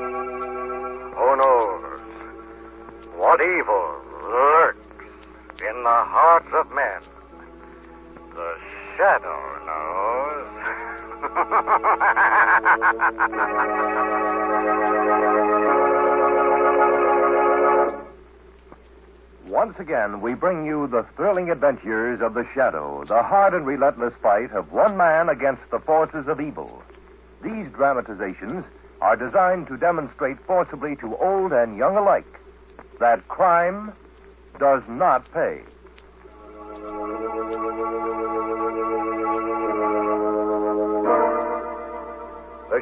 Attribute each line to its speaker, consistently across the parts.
Speaker 1: Who knows what evil lurks in the hearts of men? The shadow knows.
Speaker 2: Once again, we bring you the thrilling adventures of the Shadow, the hard and relentless fight of one man against the forces of evil. These dramatizations are designed to demonstrate forcibly to old and young alike that crime does not pay.
Speaker 1: The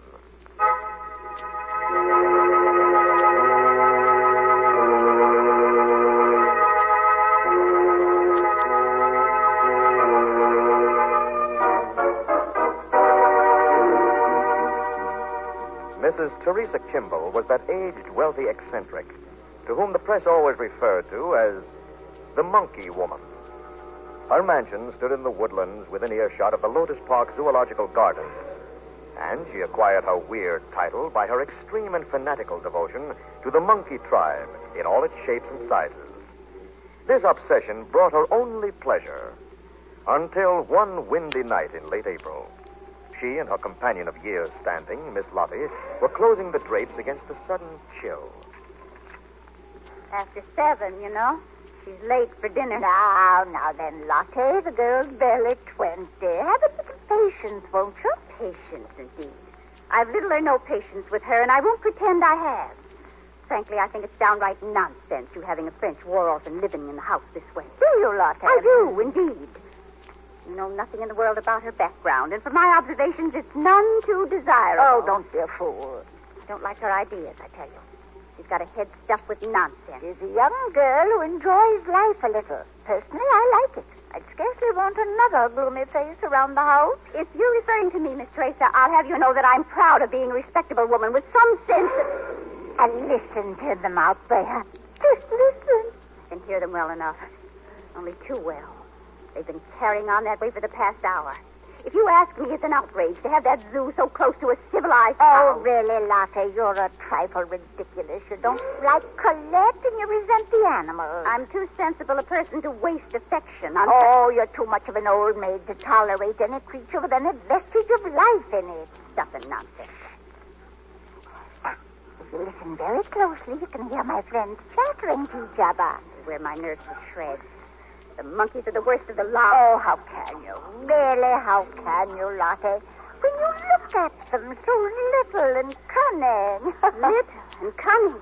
Speaker 1: Mrs. Teresa Kimball was that aged, wealthy eccentric to whom the press always referred to as the Monkey Woman. Her mansion stood in the woodlands within earshot of the Lotus Park Zoological Gardens, and she acquired her weird title by her extreme and fanatical devotion to the monkey tribe in all its shapes and sizes. This obsession brought her only pleasure until one windy night in late April. She and her companion of years standing, Miss Lottie, were closing the drapes against a sudden chill.
Speaker 3: After seven, you know. She's late for dinner. Now, now then, Lotte, the girl's barely twenty. Have a little patience, won't you? Patience, indeed. I've little or no patience with her, and I won't pretend I have. Frankly, I think it's downright nonsense you having a French war orphan living in the house this way. Do you, Lotte? I do, indeed. You know nothing in the world about her background, and from my observations, it's none too desirable.
Speaker 4: Oh, don't be a fool.
Speaker 3: I don't like her ideas, I tell you. She's got a head stuffed with nonsense.
Speaker 4: She's a young girl who enjoys life a little. Personally, I like it. I'd scarcely want another gloomy face around the house.
Speaker 3: If you're referring to me, Miss Teresa, I'll have you know that I'm proud of being a respectable woman with some sense. of-
Speaker 4: And listen to them out there. Just listen.
Speaker 3: can hear them well enough. Only too well. They've been carrying on that way for the past hour. If you ask me, it's an outrage to have that zoo so close to a civilized
Speaker 4: Oh,
Speaker 3: town.
Speaker 4: really, Lotte, you're a trifle ridiculous. You don't like Colette and you resent the animals.
Speaker 3: I'm too sensible a person to waste affection on.
Speaker 4: Oh, you're too much of an old maid to tolerate any creature with any vestige of life in it.
Speaker 3: stuff and nonsense.
Speaker 4: If you listen very closely, you can hear my friends chattering to each other.
Speaker 3: Where my nerves will shred. The monkeys are the worst of the lot.
Speaker 4: Oh, how can you? Really, how can you, Lotte? When you look at them, so little and cunning.
Speaker 3: Lit and cunning.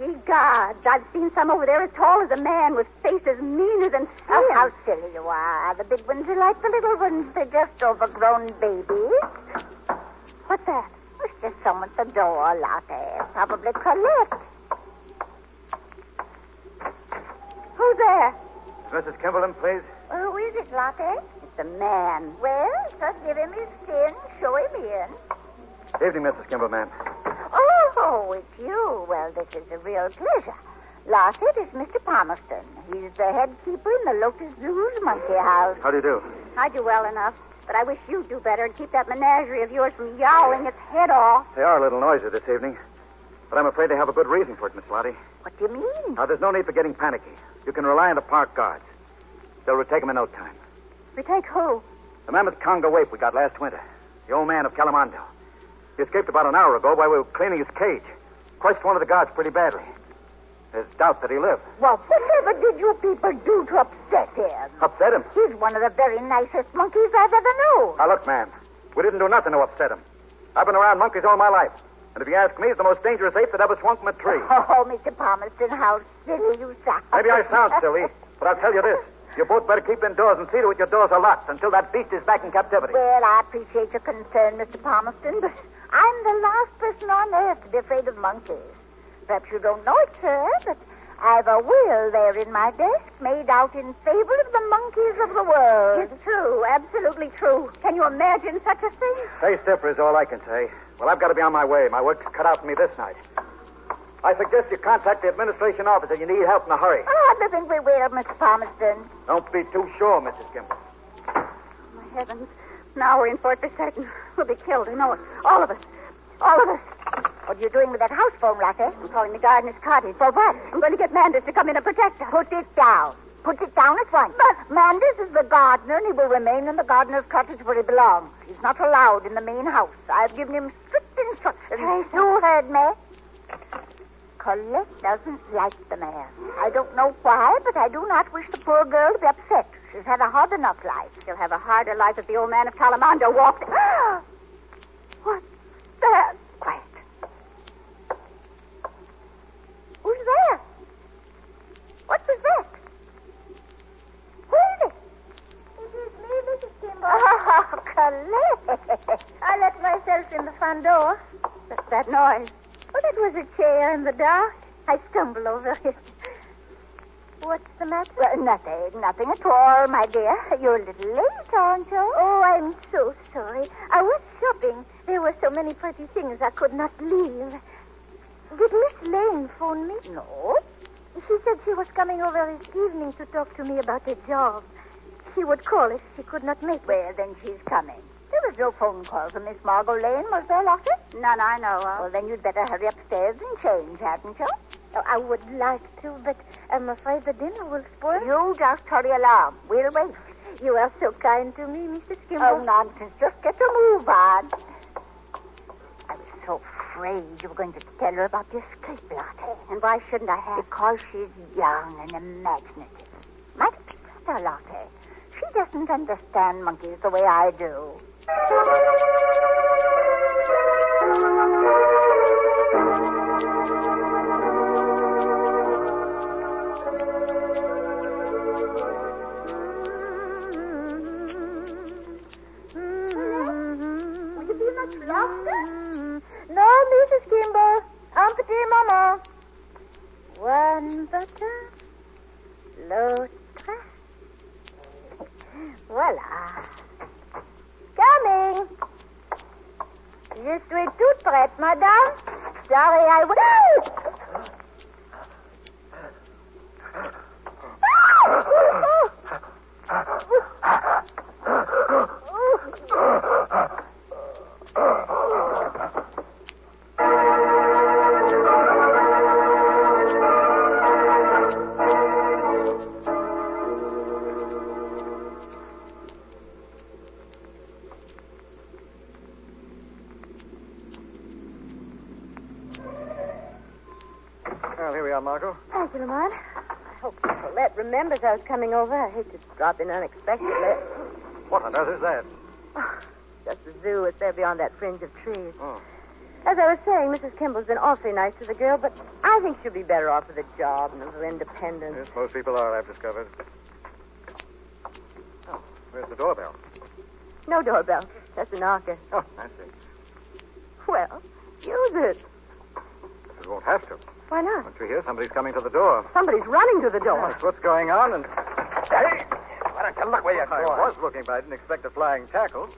Speaker 3: Ye gods, I've seen some over there as tall as a man with faces meaner than
Speaker 4: Oh,
Speaker 3: steel.
Speaker 4: how silly you are. The big ones are like the little ones. They're just overgrown babies.
Speaker 3: What's that?
Speaker 4: was just someone at the door, Lotte. Probably Colette. Who's there?
Speaker 1: Mrs. Kimberlin, please.
Speaker 4: Who is it, Lotte? It's a man. Well, just give him his tin, show him in.
Speaker 1: Evening, Mrs. Kimball, ma'am.
Speaker 4: Oh, it's you. Well, this is a real pleasure. Lossett is Mr. Palmerston. He's the head keeper in the Lotus Zoo's monkey house.
Speaker 1: How do you do?
Speaker 4: I do well enough, but I wish you'd do better and keep that menagerie of yours from yowling its head off.
Speaker 1: They are a little noisy this evening, but I'm afraid they have a good reason for it, Miss Lottie.
Speaker 4: What do you mean?
Speaker 1: Now, there's no need for getting panicky. You can rely on the park guards. They'll retake them in no time.
Speaker 4: We take who?
Speaker 1: The mammoth conger waif we got last winter, the old man of Calamondo. He escaped about an hour ago while we were cleaning his cage. Crushed one of the guards pretty badly. There's doubt that he lived.
Speaker 4: Well, whatever did you people do to upset him?
Speaker 1: Upset him?
Speaker 4: He's one of the very nicest monkeys I've ever known.
Speaker 1: Now, look, man, we didn't do nothing to upset him. I've been around monkeys all my life. And if you ask me, he's the most dangerous ape that ever swung from a tree.
Speaker 4: Oh, Mr. Palmerston, how silly you sound.
Speaker 1: Maybe I sound silly, but I'll tell you this. You both better keep indoors and see to it your doors are locked until that beast is back in captivity.
Speaker 4: Well, I appreciate your concern, Mr. Palmerston, but I'm the last person on earth to be afraid of monkeys. Perhaps you don't know it, sir, but I've a will there in my desk made out in favor of the monkeys of the world. It's true, absolutely true. Can you imagine such a thing?
Speaker 1: Stay stiffer is all I can say. Well, I've got to be on my way. My work's cut out for me this night. I suggest you contact the administration office if you need help in a hurry.
Speaker 4: Oh, I don't think we will, Mr. Palmerston.
Speaker 1: Don't be too sure, Mrs. Kimball.
Speaker 4: My heavens. Now we're in for it for certain. We'll be killed, I know it. All of us. All of us. What are you doing with that house phone, Rocket? I'm calling the gardener's cottage. For what? I'm going to get Manders to come in and protect us. Put it down. Put it down at once. But Manders is the gardener, and he will remain in the gardener's cottage where he belongs. He's not allowed in the main house. I've given him strict instructions.
Speaker 3: Trace, you heard me.
Speaker 4: Colette doesn't like the man. I don't know why, but I do not wish the poor girl to be upset. She's had a hard enough life. She'll have a harder life if the old man of Calamando walked. What's that? Quiet. Who's there? What was that? Who is it?
Speaker 3: It is me, Mrs. Kimball.
Speaker 4: Oh, Colette.
Speaker 3: I let myself in the front door.
Speaker 4: What's that noise?
Speaker 3: Oh, that was a chair in the dark. I stumbled over it. What's the matter?
Speaker 4: Well, nothing, nothing at all, my dear. You're a little late, aren't you?
Speaker 3: Oh, I'm so sorry. I was shopping. There were so many pretty things I could not leave. Did Miss Lane phone me?
Speaker 4: No.
Speaker 3: She said she was coming over this evening to talk to me about a job. She would call if she could not make it.
Speaker 4: Well, then she's coming. There was no phone call from Miss Margot Lane, was there, Lockett?
Speaker 3: None I know of.
Speaker 4: Well, then you'd better hurry upstairs and change, hadn't you?
Speaker 3: Oh, I would like to, but I'm afraid the dinner will spoil.
Speaker 4: You just hurry along. We'll wait.
Speaker 3: You are so kind to me, Mrs. Kimball.
Speaker 4: Oh, nonsense. Just get a move on. I was so afraid you were going to tell her about the escape, Lotte.
Speaker 3: And why shouldn't I have?
Speaker 4: Because she's young and imaginative. Might upset her, Lotte. She doesn't understand monkeys the way I do.
Speaker 3: Will you be much longer? No, Mrs. Kimball. I'm petit maman. One butter, l'autre. Voilà. Coming. Je suis toute prête, madame. Sorry, I wait.
Speaker 1: Well, here we are, Margot.
Speaker 3: Thank you, Lamont.
Speaker 4: I hope Colette Oh, remembers I was coming over. I hate to drop in unexpectedly.
Speaker 1: What on earth is that?
Speaker 4: Oh, just the zoo is there beyond that fringe of trees.
Speaker 1: Oh.
Speaker 4: As I was saying, Mrs. Kimball's been awfully nice to the girl, but I think she'll be better off with a job and with her independence.
Speaker 1: Yes, most people are, I've discovered. Oh, where's the doorbell?
Speaker 4: No doorbell, just a knocker.
Speaker 1: Oh, I see.
Speaker 4: Well, use it.
Speaker 1: You won't have to.
Speaker 4: Why not?
Speaker 1: Don't you hear? Somebody's coming to the door.
Speaker 4: Somebody's running to the door.
Speaker 1: That's what's going on, and. Oh, Hey! Why don't you look where you're going? I was looking, but I didn't expect a flying tackle.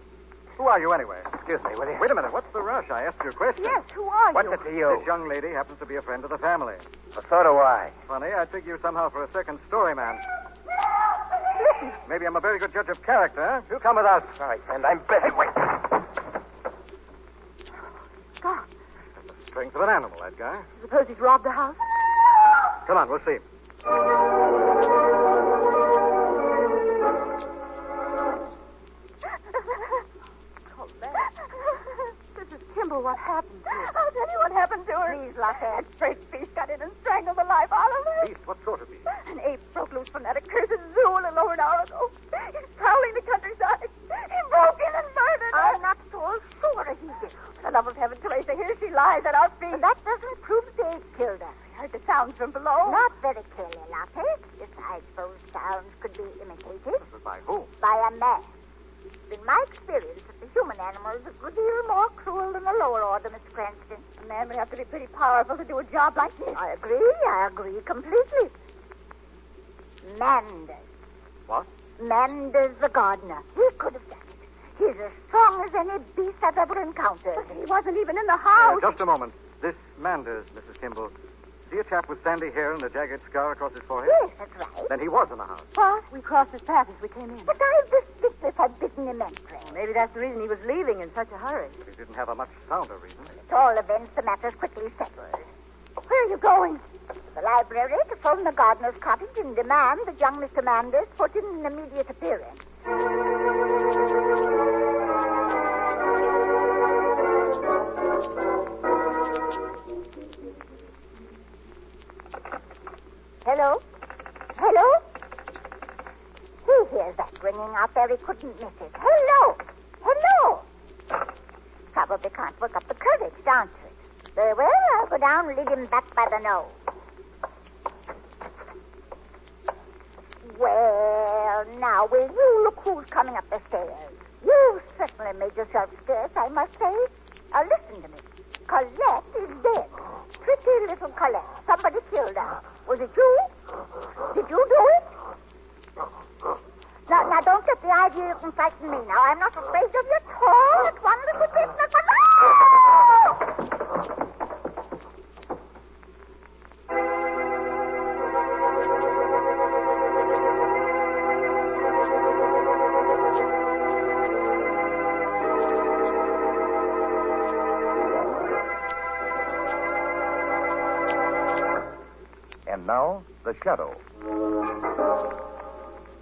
Speaker 1: Who are you, anyway? Excuse me, will you? Wait a minute. What's the rush? I asked you a question.
Speaker 4: Yes, who are you?
Speaker 1: it to you? This young lady happens to be a friend of the family.
Speaker 5: Well, so do I.
Speaker 1: Funny, I took you somehow for a second story man. Maybe I'm a very good judge of character. huh? You come with us.
Speaker 5: All right, friend, I'm busy. Wait.
Speaker 4: God,
Speaker 1: Strength of an animal, that guy.
Speaker 4: suppose he's robbed the house?
Speaker 1: Come on, we'll see.
Speaker 4: Oh, This is Kimball. What happened?
Speaker 3: I'll tell you what happened to her. Please, Lafayette. That great beast got in and strangled the life out of her.
Speaker 1: Beast, what sort of beast?
Speaker 3: An ape broke loose from that accursed zoo a little over an hour ago. Oh, He's prowling the countryside. He broke in and murdered her.
Speaker 4: I'm not so sure he did.
Speaker 3: For the love of heaven, Teresa, here she lies at our feet.
Speaker 4: That doesn't prove they killed her.
Speaker 3: I heard the sounds from below.
Speaker 4: Not very clearly, Lafayette. Besides, those sounds could be imitated
Speaker 1: By who?
Speaker 4: by a man. It's been my experience that the human animal is a good deal more cruel than the lower order, Miss Cranston.
Speaker 3: A man would have to be pretty powerful to do a job like this.
Speaker 4: I agree. I agree completely. Manders.
Speaker 1: What?
Speaker 4: Manders the gardener. He could have done it. He's as strong as any beast I've ever encountered.
Speaker 3: He wasn't even in the
Speaker 1: Uh,
Speaker 3: house.
Speaker 1: just a moment. This Manders, Mrs. Kimball. Is he a chap with sandy hair and a jagged scar across his forehead?
Speaker 4: Yes, that's right.
Speaker 1: Then he was in the house.
Speaker 3: What? We crossed his path as we came in.
Speaker 4: But I distinctly forbidden him entering.
Speaker 3: Maybe that's the reason he was leaving in such a hurry.
Speaker 1: But he didn't have a much sounder reason.
Speaker 4: At all events, the matter's quickly settled.
Speaker 3: Where are you going?
Speaker 4: The library to phone the gardener's cottage and demand that young Mr. Manders put in an immediate appearance. Hello? Hello? He hears that ringing out there. He couldn't miss it. Hello? Hello? Probably can't work up the courage to answer it. Very well, I'll go down and lead him back by the nose. Well, now, will you look who's coming up the stairs? You certainly made yourself scarce, I must say. Now, listen to me. Colette is dead. Pretty little Colette. Somebody killed her. Was it you? Did you do it? Now, now, don't get the idea you can frighten me now. I'm not afraid of you at all. Not one little bit, not one... No!
Speaker 2: And now, The Shadow.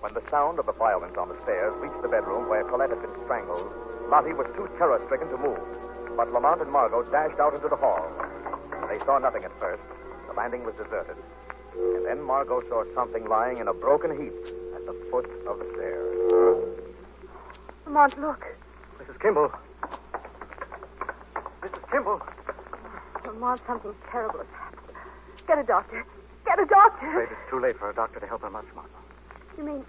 Speaker 1: When the sound of the violence on the stairs reached the bedroom where Colette had been strangled, Lottie was too terror stricken to move. But Lamont and Margot dashed out into the hall. They saw nothing at first. The landing was deserted. And then Margot saw something lying in a broken heap at the foot of the stairs.
Speaker 3: Lamont, look.
Speaker 1: Mrs. Kimball. Mrs. Kimball.
Speaker 3: Lamont, something terrible has happened. Get a doctor. Get a doctor.
Speaker 1: Afraid it's too late for a doctor to help her much, Margot.
Speaker 3: You mean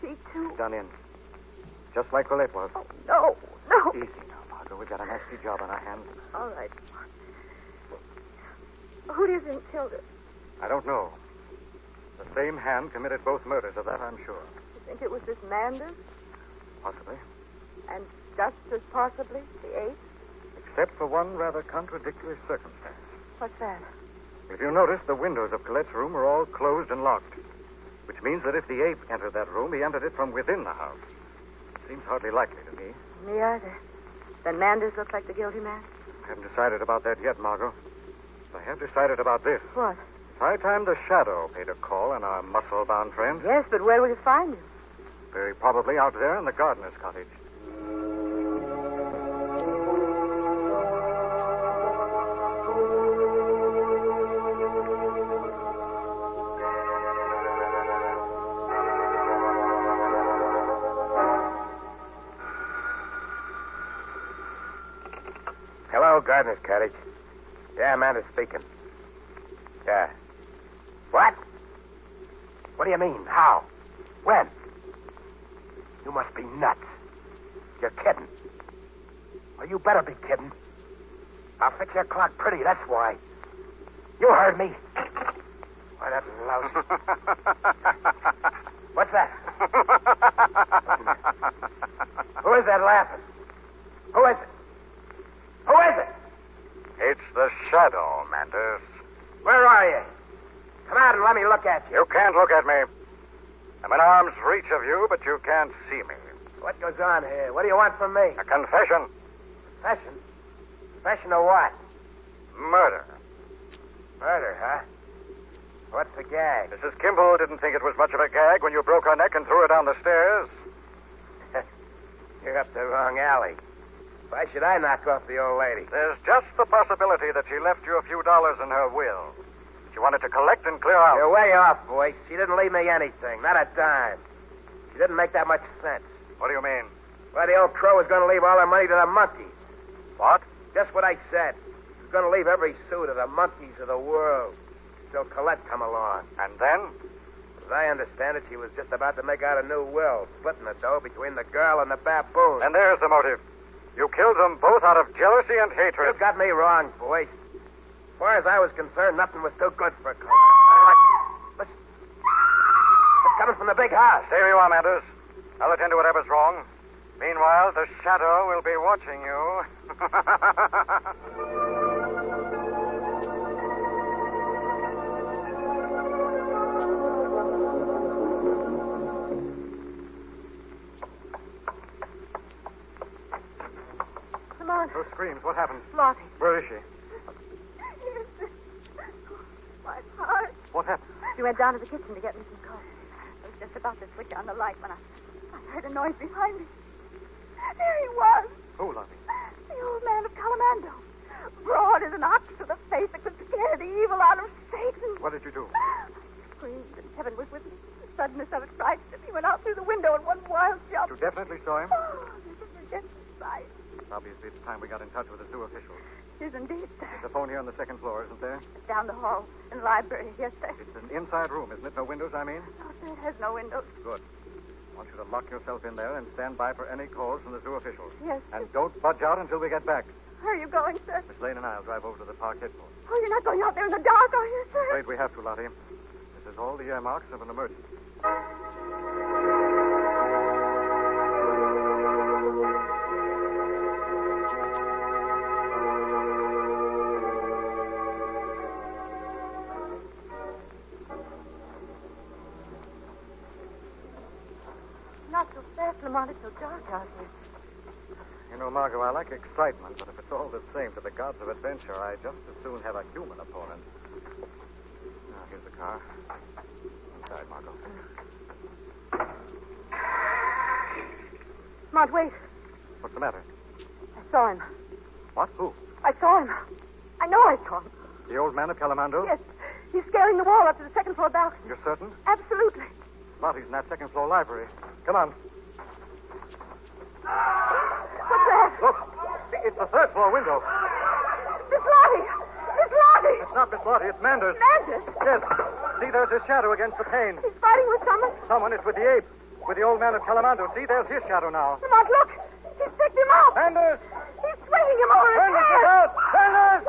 Speaker 3: she too?
Speaker 1: Done in. Just like Colette was.
Speaker 3: Oh, no, no.
Speaker 1: Easy now, Margot. We've got a nasty job on our hands.
Speaker 3: All right. Who do you think killed her?
Speaker 1: I don't know. The same hand committed both murders, of that I'm sure.
Speaker 3: You think it was this Manders?
Speaker 1: Possibly.
Speaker 3: And just as possibly the ape?
Speaker 1: Except for one rather contradictory circumstance.
Speaker 3: What's that?
Speaker 1: If you notice, the windows of Colette's room are all closed and locked. Which means that if the ape entered that room, he entered it from within the house. Seems hardly likely to me.
Speaker 3: Me either. Then Manders looks like the guilty man?
Speaker 1: I haven't decided about that yet, Margot. But I have decided about this.
Speaker 3: What?
Speaker 1: It's high time the shadow paid a call on our muscle-bound friend.
Speaker 3: Yes, but where will you find him?
Speaker 1: Very probably out there in the gardener's cottage.
Speaker 5: Hello, Gardener's Cottage. Yeah, Amanda's speaking. Yeah. What? What do you mean? How? When? You must be nuts. You're kidding. Well, you better be kidding. I'll fix your clock pretty, that's why. You heard me. Why, that louse. What's that? Who is that laughing? Who is it? Who is it?
Speaker 6: It's the shadow, Manders.
Speaker 5: Where are you? Come out and let me look at you.
Speaker 6: You can't look at me. I'm in arm's reach of you, but you can't see me.
Speaker 5: What goes on here? What do you want from me?
Speaker 6: A confession.
Speaker 5: Confession? Confession of what?
Speaker 6: Murder.
Speaker 5: Murder, huh? What's the gag?
Speaker 6: Mrs. Kimball didn't think it was much of a gag when you broke her neck and threw her down the stairs.
Speaker 5: You're up the wrong alley. Why should I knock off the old lady?
Speaker 6: There's just the possibility that she left you a few dollars in her will. She wanted to collect and clear out.
Speaker 5: You're way off, boy. She didn't leave me anything, not a dime. She didn't make that much sense.
Speaker 6: What do you mean?
Speaker 5: Well, the old crow was going to leave all her money to the monkey.
Speaker 6: What?
Speaker 5: Just what I said. She's going to leave every sou to the monkeys of the world. Till Colette come along.
Speaker 6: And then?
Speaker 5: As I understand it, she was just about to make out a new will, splitting the dough between the girl and the baboon.
Speaker 6: And there's the motive. You killed them both out of jealousy and
Speaker 5: You
Speaker 6: hatred.
Speaker 5: got me wrong, boy. As far as I was concerned, nothing was too good for Colette. Listen. It's coming from the big house.
Speaker 6: Stay where you are, Manders. I'll attend to whatever's wrong. Meanwhile, the shadow will be watching you.
Speaker 4: Come on,
Speaker 6: Who screams? What happened?
Speaker 4: Lottie.
Speaker 6: Where is she?
Speaker 4: My heart.
Speaker 6: What happened?
Speaker 4: She went down to the kitchen to get me some coffee. I was just about to switch on the light when I, I heard a noise behind me. There he was,
Speaker 6: Who, Lovey?
Speaker 4: the old man of Calamando. Broad as an ox to the face that could scare the evil out of Satan.
Speaker 6: What did you do?
Speaker 4: I screamed, and heaven was with me. The suddenness of it frightened him. He went out through the window in one wild jump.
Speaker 6: You definitely saw him?
Speaker 4: Oh, this is a dreadful sight.
Speaker 6: Obviously, it's time we got in touch with the zoo officials.
Speaker 4: It is indeed, sir.
Speaker 6: The phone here on the second floor, isn't there?
Speaker 4: Down the hall in the library. Yes, sir.
Speaker 6: It's an inside room, isn't it? No windows, I mean?
Speaker 4: No, sir, it has no windows.
Speaker 6: Good. I want you to lock yourself in there and stand by for any calls from the zoo officials.
Speaker 4: Yes. sir.
Speaker 6: And don't budge out until we get back.
Speaker 4: Where are you going, sir?
Speaker 6: Miss Lane and I will drive over to the park headquarters.
Speaker 4: Oh, you're not going out there in the dark, are you, sir?
Speaker 6: Afraid we have to, Lottie. This is all the earmarks of an emergency.
Speaker 4: Not so fast, Lamont. It's so dark out here.
Speaker 6: You know, Margot, I like excitement, but if it's all the same to the gods of adventure, I just as soon have a human opponent. Now, here's the car. Inside, Margot.
Speaker 4: Lamont, wait.
Speaker 6: What's the matter?
Speaker 4: I saw him.
Speaker 6: What? Who?
Speaker 4: I saw him. I know I saw him.
Speaker 6: The old man of Calamando?
Speaker 4: Yes. He's scaling the wall up to the second floor balcony.
Speaker 6: You're certain?
Speaker 4: Absolutely.
Speaker 6: Lottie's in that second floor library. Come on.
Speaker 4: What's that?
Speaker 6: Look. It's the third floor window.
Speaker 4: Miss Lottie! Miss Lottie!
Speaker 6: It's not Miss Lottie, it's Manders.
Speaker 4: Manders!
Speaker 6: Yes. See, there's his shadow against the pane.
Speaker 4: He's fighting with someone.
Speaker 6: Someone is with the ape, with the old man of Calamando. See, there's his shadow now.
Speaker 4: Lamont, look! He's picked him up!
Speaker 6: Manders!
Speaker 4: He's swinging him over his
Speaker 6: Manders,
Speaker 4: head!
Speaker 6: look out! Manders!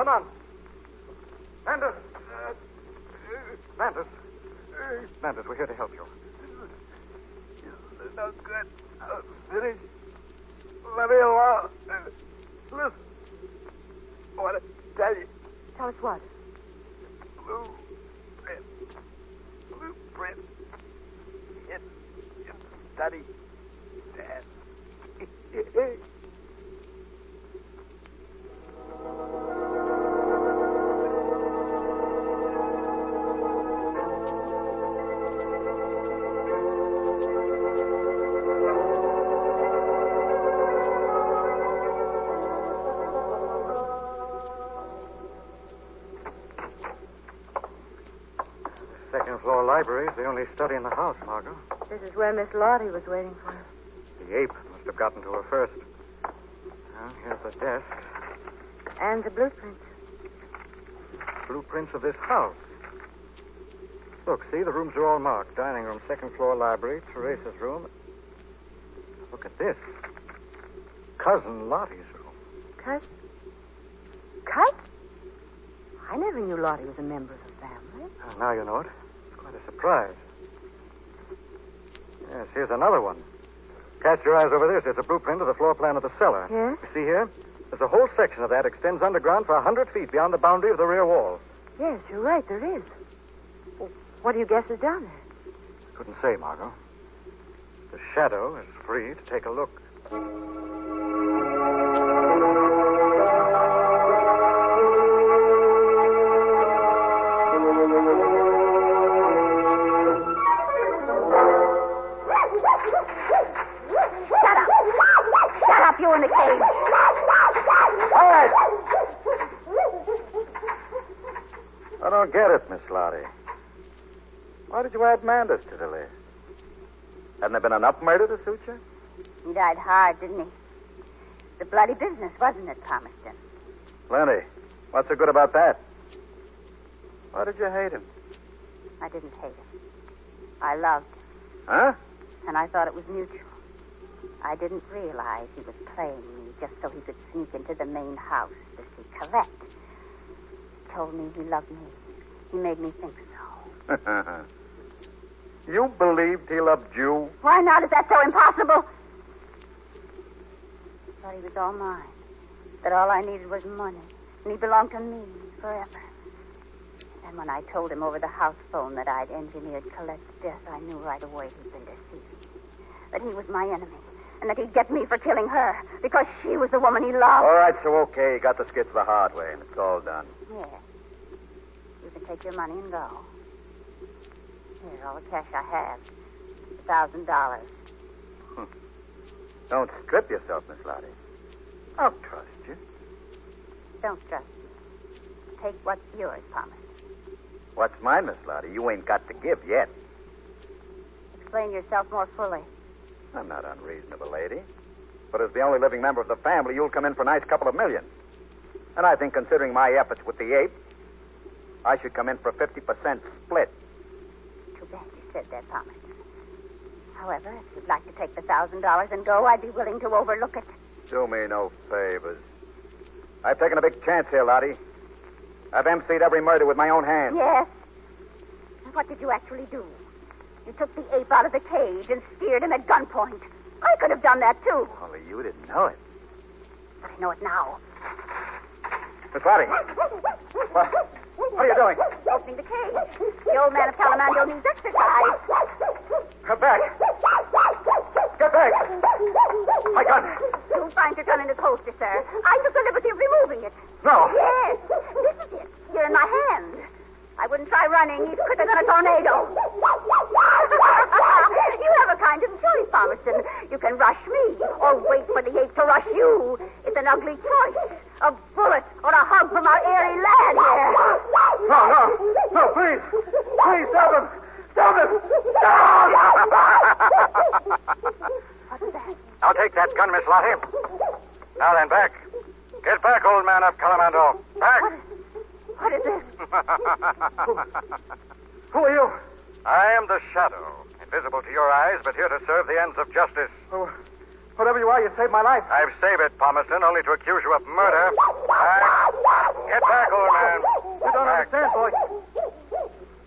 Speaker 6: Come on. Manders. Manders. Manders, we're here to help you.
Speaker 5: No good. I'm finished. Let me alone. Listen. I want to tell you.
Speaker 4: Tell us what?
Speaker 5: Blueprint. Blueprint. It, it study. Dad.
Speaker 6: Second floor library is the only study in the house, Margot.
Speaker 4: This is where Miss Lottie was waiting for him.
Speaker 6: The ape must have gotten to her first. Now, here's the desk.
Speaker 4: And the blueprint.
Speaker 6: Blueprints of this house. Look, see, the rooms are all marked. Dining room, second floor library, Teresa's room. Look at this. cousin Lottie's room.
Speaker 3: Cut? Cut? I never knew Lottie was a member of the family.
Speaker 6: Uh, now you know it. It's quite a surprise. Yes, here's another one. Cast your eyes over this. It's a blueprint of the floor plan of the cellar.
Speaker 3: Yes?
Speaker 6: You see here? There's a whole section of that extends underground for a 100 feet beyond the boundary of the rear wall.
Speaker 3: Yes, you're right, there is. Well, what do you guess is down there?
Speaker 6: Couldn't say, Margot. The shadow is free to take a look.
Speaker 3: Shut up! Shut up, you in the cage!
Speaker 6: Quiet! I don't get it, Miss Lottie. Why did you add Mandus to the list? Hadn't there been enough murder to suit you?
Speaker 4: He died hard, didn't he? The bloody business, wasn't it, Palmerston?
Speaker 6: Plenty. What's so good about that? Why did you hate him?
Speaker 4: I didn't hate him. I loved him,
Speaker 6: Huh?
Speaker 4: and I thought it was mutual. I didn't realize he was playing me just so he could sneak into the main house to see Colette. He told me he loved me. He made me think so.
Speaker 6: You believed he loved you?
Speaker 4: Why not? Is that so impossible? I thought he was all mine. That all I needed was money. And he belonged to me forever. And when I told him over the house phone that I'd engineered Colette's death, I knew right away he'd been deceived. That he was my enemy. And that he'd get me for killing her. Because she was the woman he
Speaker 7: All
Speaker 4: loved.
Speaker 7: right, so okay. You got the skits the hard way, and it's all done.
Speaker 4: Yeah. You can take your money and go. Here, all the cash I have. A thousand dollars.
Speaker 7: Don't strip yourself, Miss Lottie. I'll trust you.
Speaker 4: Don't trust me. Take what's yours, Thomas.
Speaker 7: What's mine, Miss Lottie? You ain't got to give yet.
Speaker 4: Explain yourself more fully.
Speaker 7: I'm not unreasonable, lady. But as the only living member of the family, you'll come in for a nice couple of million. And I think, considering my efforts with the ape, I should come in for a 50% split.
Speaker 4: Too bad you said that, Thomas. However, if you'd like to take the thousand dollars and go, I'd be willing to overlook it.
Speaker 7: Do me no favors. I've taken a big chance here, Lottie. I've emceed every murder with my own hands.
Speaker 4: Yes. And what did you actually do? You took the ape out of the cage and steered him at gunpoint. I could have done that too.
Speaker 7: Only you didn't know it.
Speaker 4: I know it now.
Speaker 7: Miss Lottie. What? What are you doing?
Speaker 4: Opening the cage. The old man of Calamando needs exercise.
Speaker 7: Come back. Get back. My gun.
Speaker 4: You'll find your gun in its holster, sir. I took the liberty of removing it.
Speaker 7: No.
Speaker 4: Yes, this is it. You're in my hand. I wouldn't try running. He's quicker than a tornado. you have a kind of choice, Palmerston. You can rush me or wait for the ape to rush you. It's an ugly choice. A bullet or a hug from our airy lad here.
Speaker 7: No, no. No, please. Please, stop him. Stop him.
Speaker 6: Now take that gun, Miss Lottie. Now then, back. Get back, old man of Calamando. Back.
Speaker 4: What is this?
Speaker 7: Who are you?
Speaker 6: I am the Shadow, invisible to your eyes, but here to serve the ends of justice.
Speaker 7: Oh, Whatever you are, you saved my life.
Speaker 6: I've saved it, Palmerston, only to accuse you of murder. Back. Get back, old man.
Speaker 7: You don't
Speaker 6: Back.
Speaker 7: understand, boy.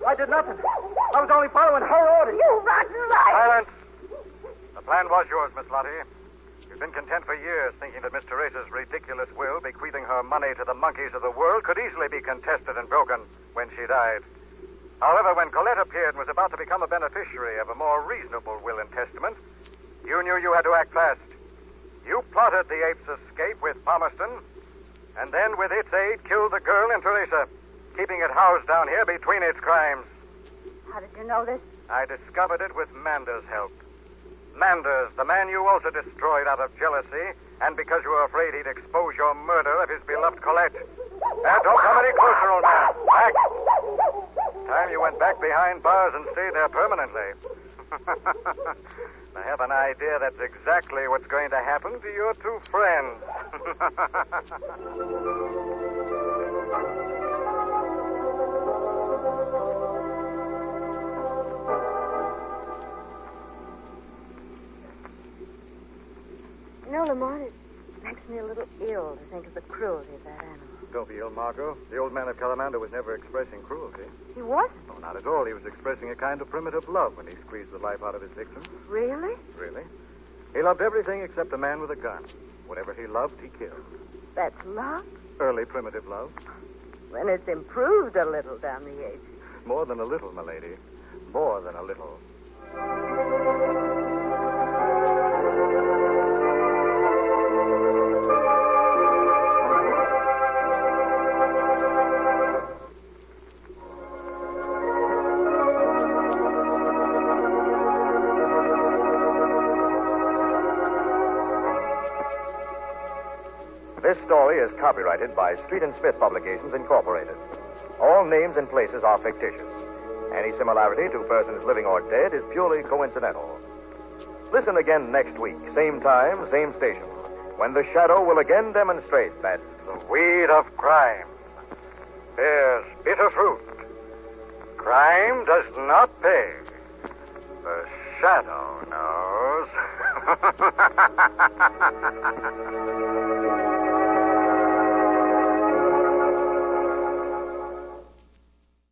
Speaker 7: I did nothing. I was only following her orders.
Speaker 4: You rotten liar.
Speaker 6: Silence. The plan was yours, Miss Lottie. You've been content for years thinking that Miss Teresa's ridiculous will bequeathing her money to the monkeys of the world could easily be contested and broken when she died. However, when Colette appeared and was about to become a beneficiary of a more reasonable will and testament, you knew you had to act fast. You plotted the ape's escape with Palmerston, and then with its aid killed the girl and Teresa, keeping it housed down here between its crimes.
Speaker 4: How did you know this?
Speaker 6: I discovered it with Manders' help. Manders, the man you also destroyed out of jealousy, and because you were afraid he'd expose your murder of his beloved Colette. Now, don't come any closer, old man. Back. Time you went back behind bars and stayed there permanently. I have an idea that's exactly what's going to happen to your two friends.
Speaker 3: No, Lamont, it, Makes me a little ill to think of the cruelty of that animal.
Speaker 6: Don't be ill, Margot. The old man of Calamanda was never expressing cruelty.
Speaker 3: He wasn't,
Speaker 6: No, not at all. He was expressing a kind of primitive love when he squeezed the life out of his victims.
Speaker 3: really?
Speaker 6: Really? He loved everything except a man with a gun. Whatever he loved, he killed.
Speaker 3: That's love.
Speaker 6: Early primitive love.
Speaker 3: When it's improved a little down the age.
Speaker 6: More than a little, milady. More than a little.
Speaker 8: This story is copyrighted by Street and Smith Publications, Incorporated. All names and places are fictitious. Any similarity to persons living or dead is purely coincidental. Listen again next week, same time, same station, when The Shadow will again demonstrate that
Speaker 6: The weed of crime bears bitter fruit. Crime does not pay. The shadow knows.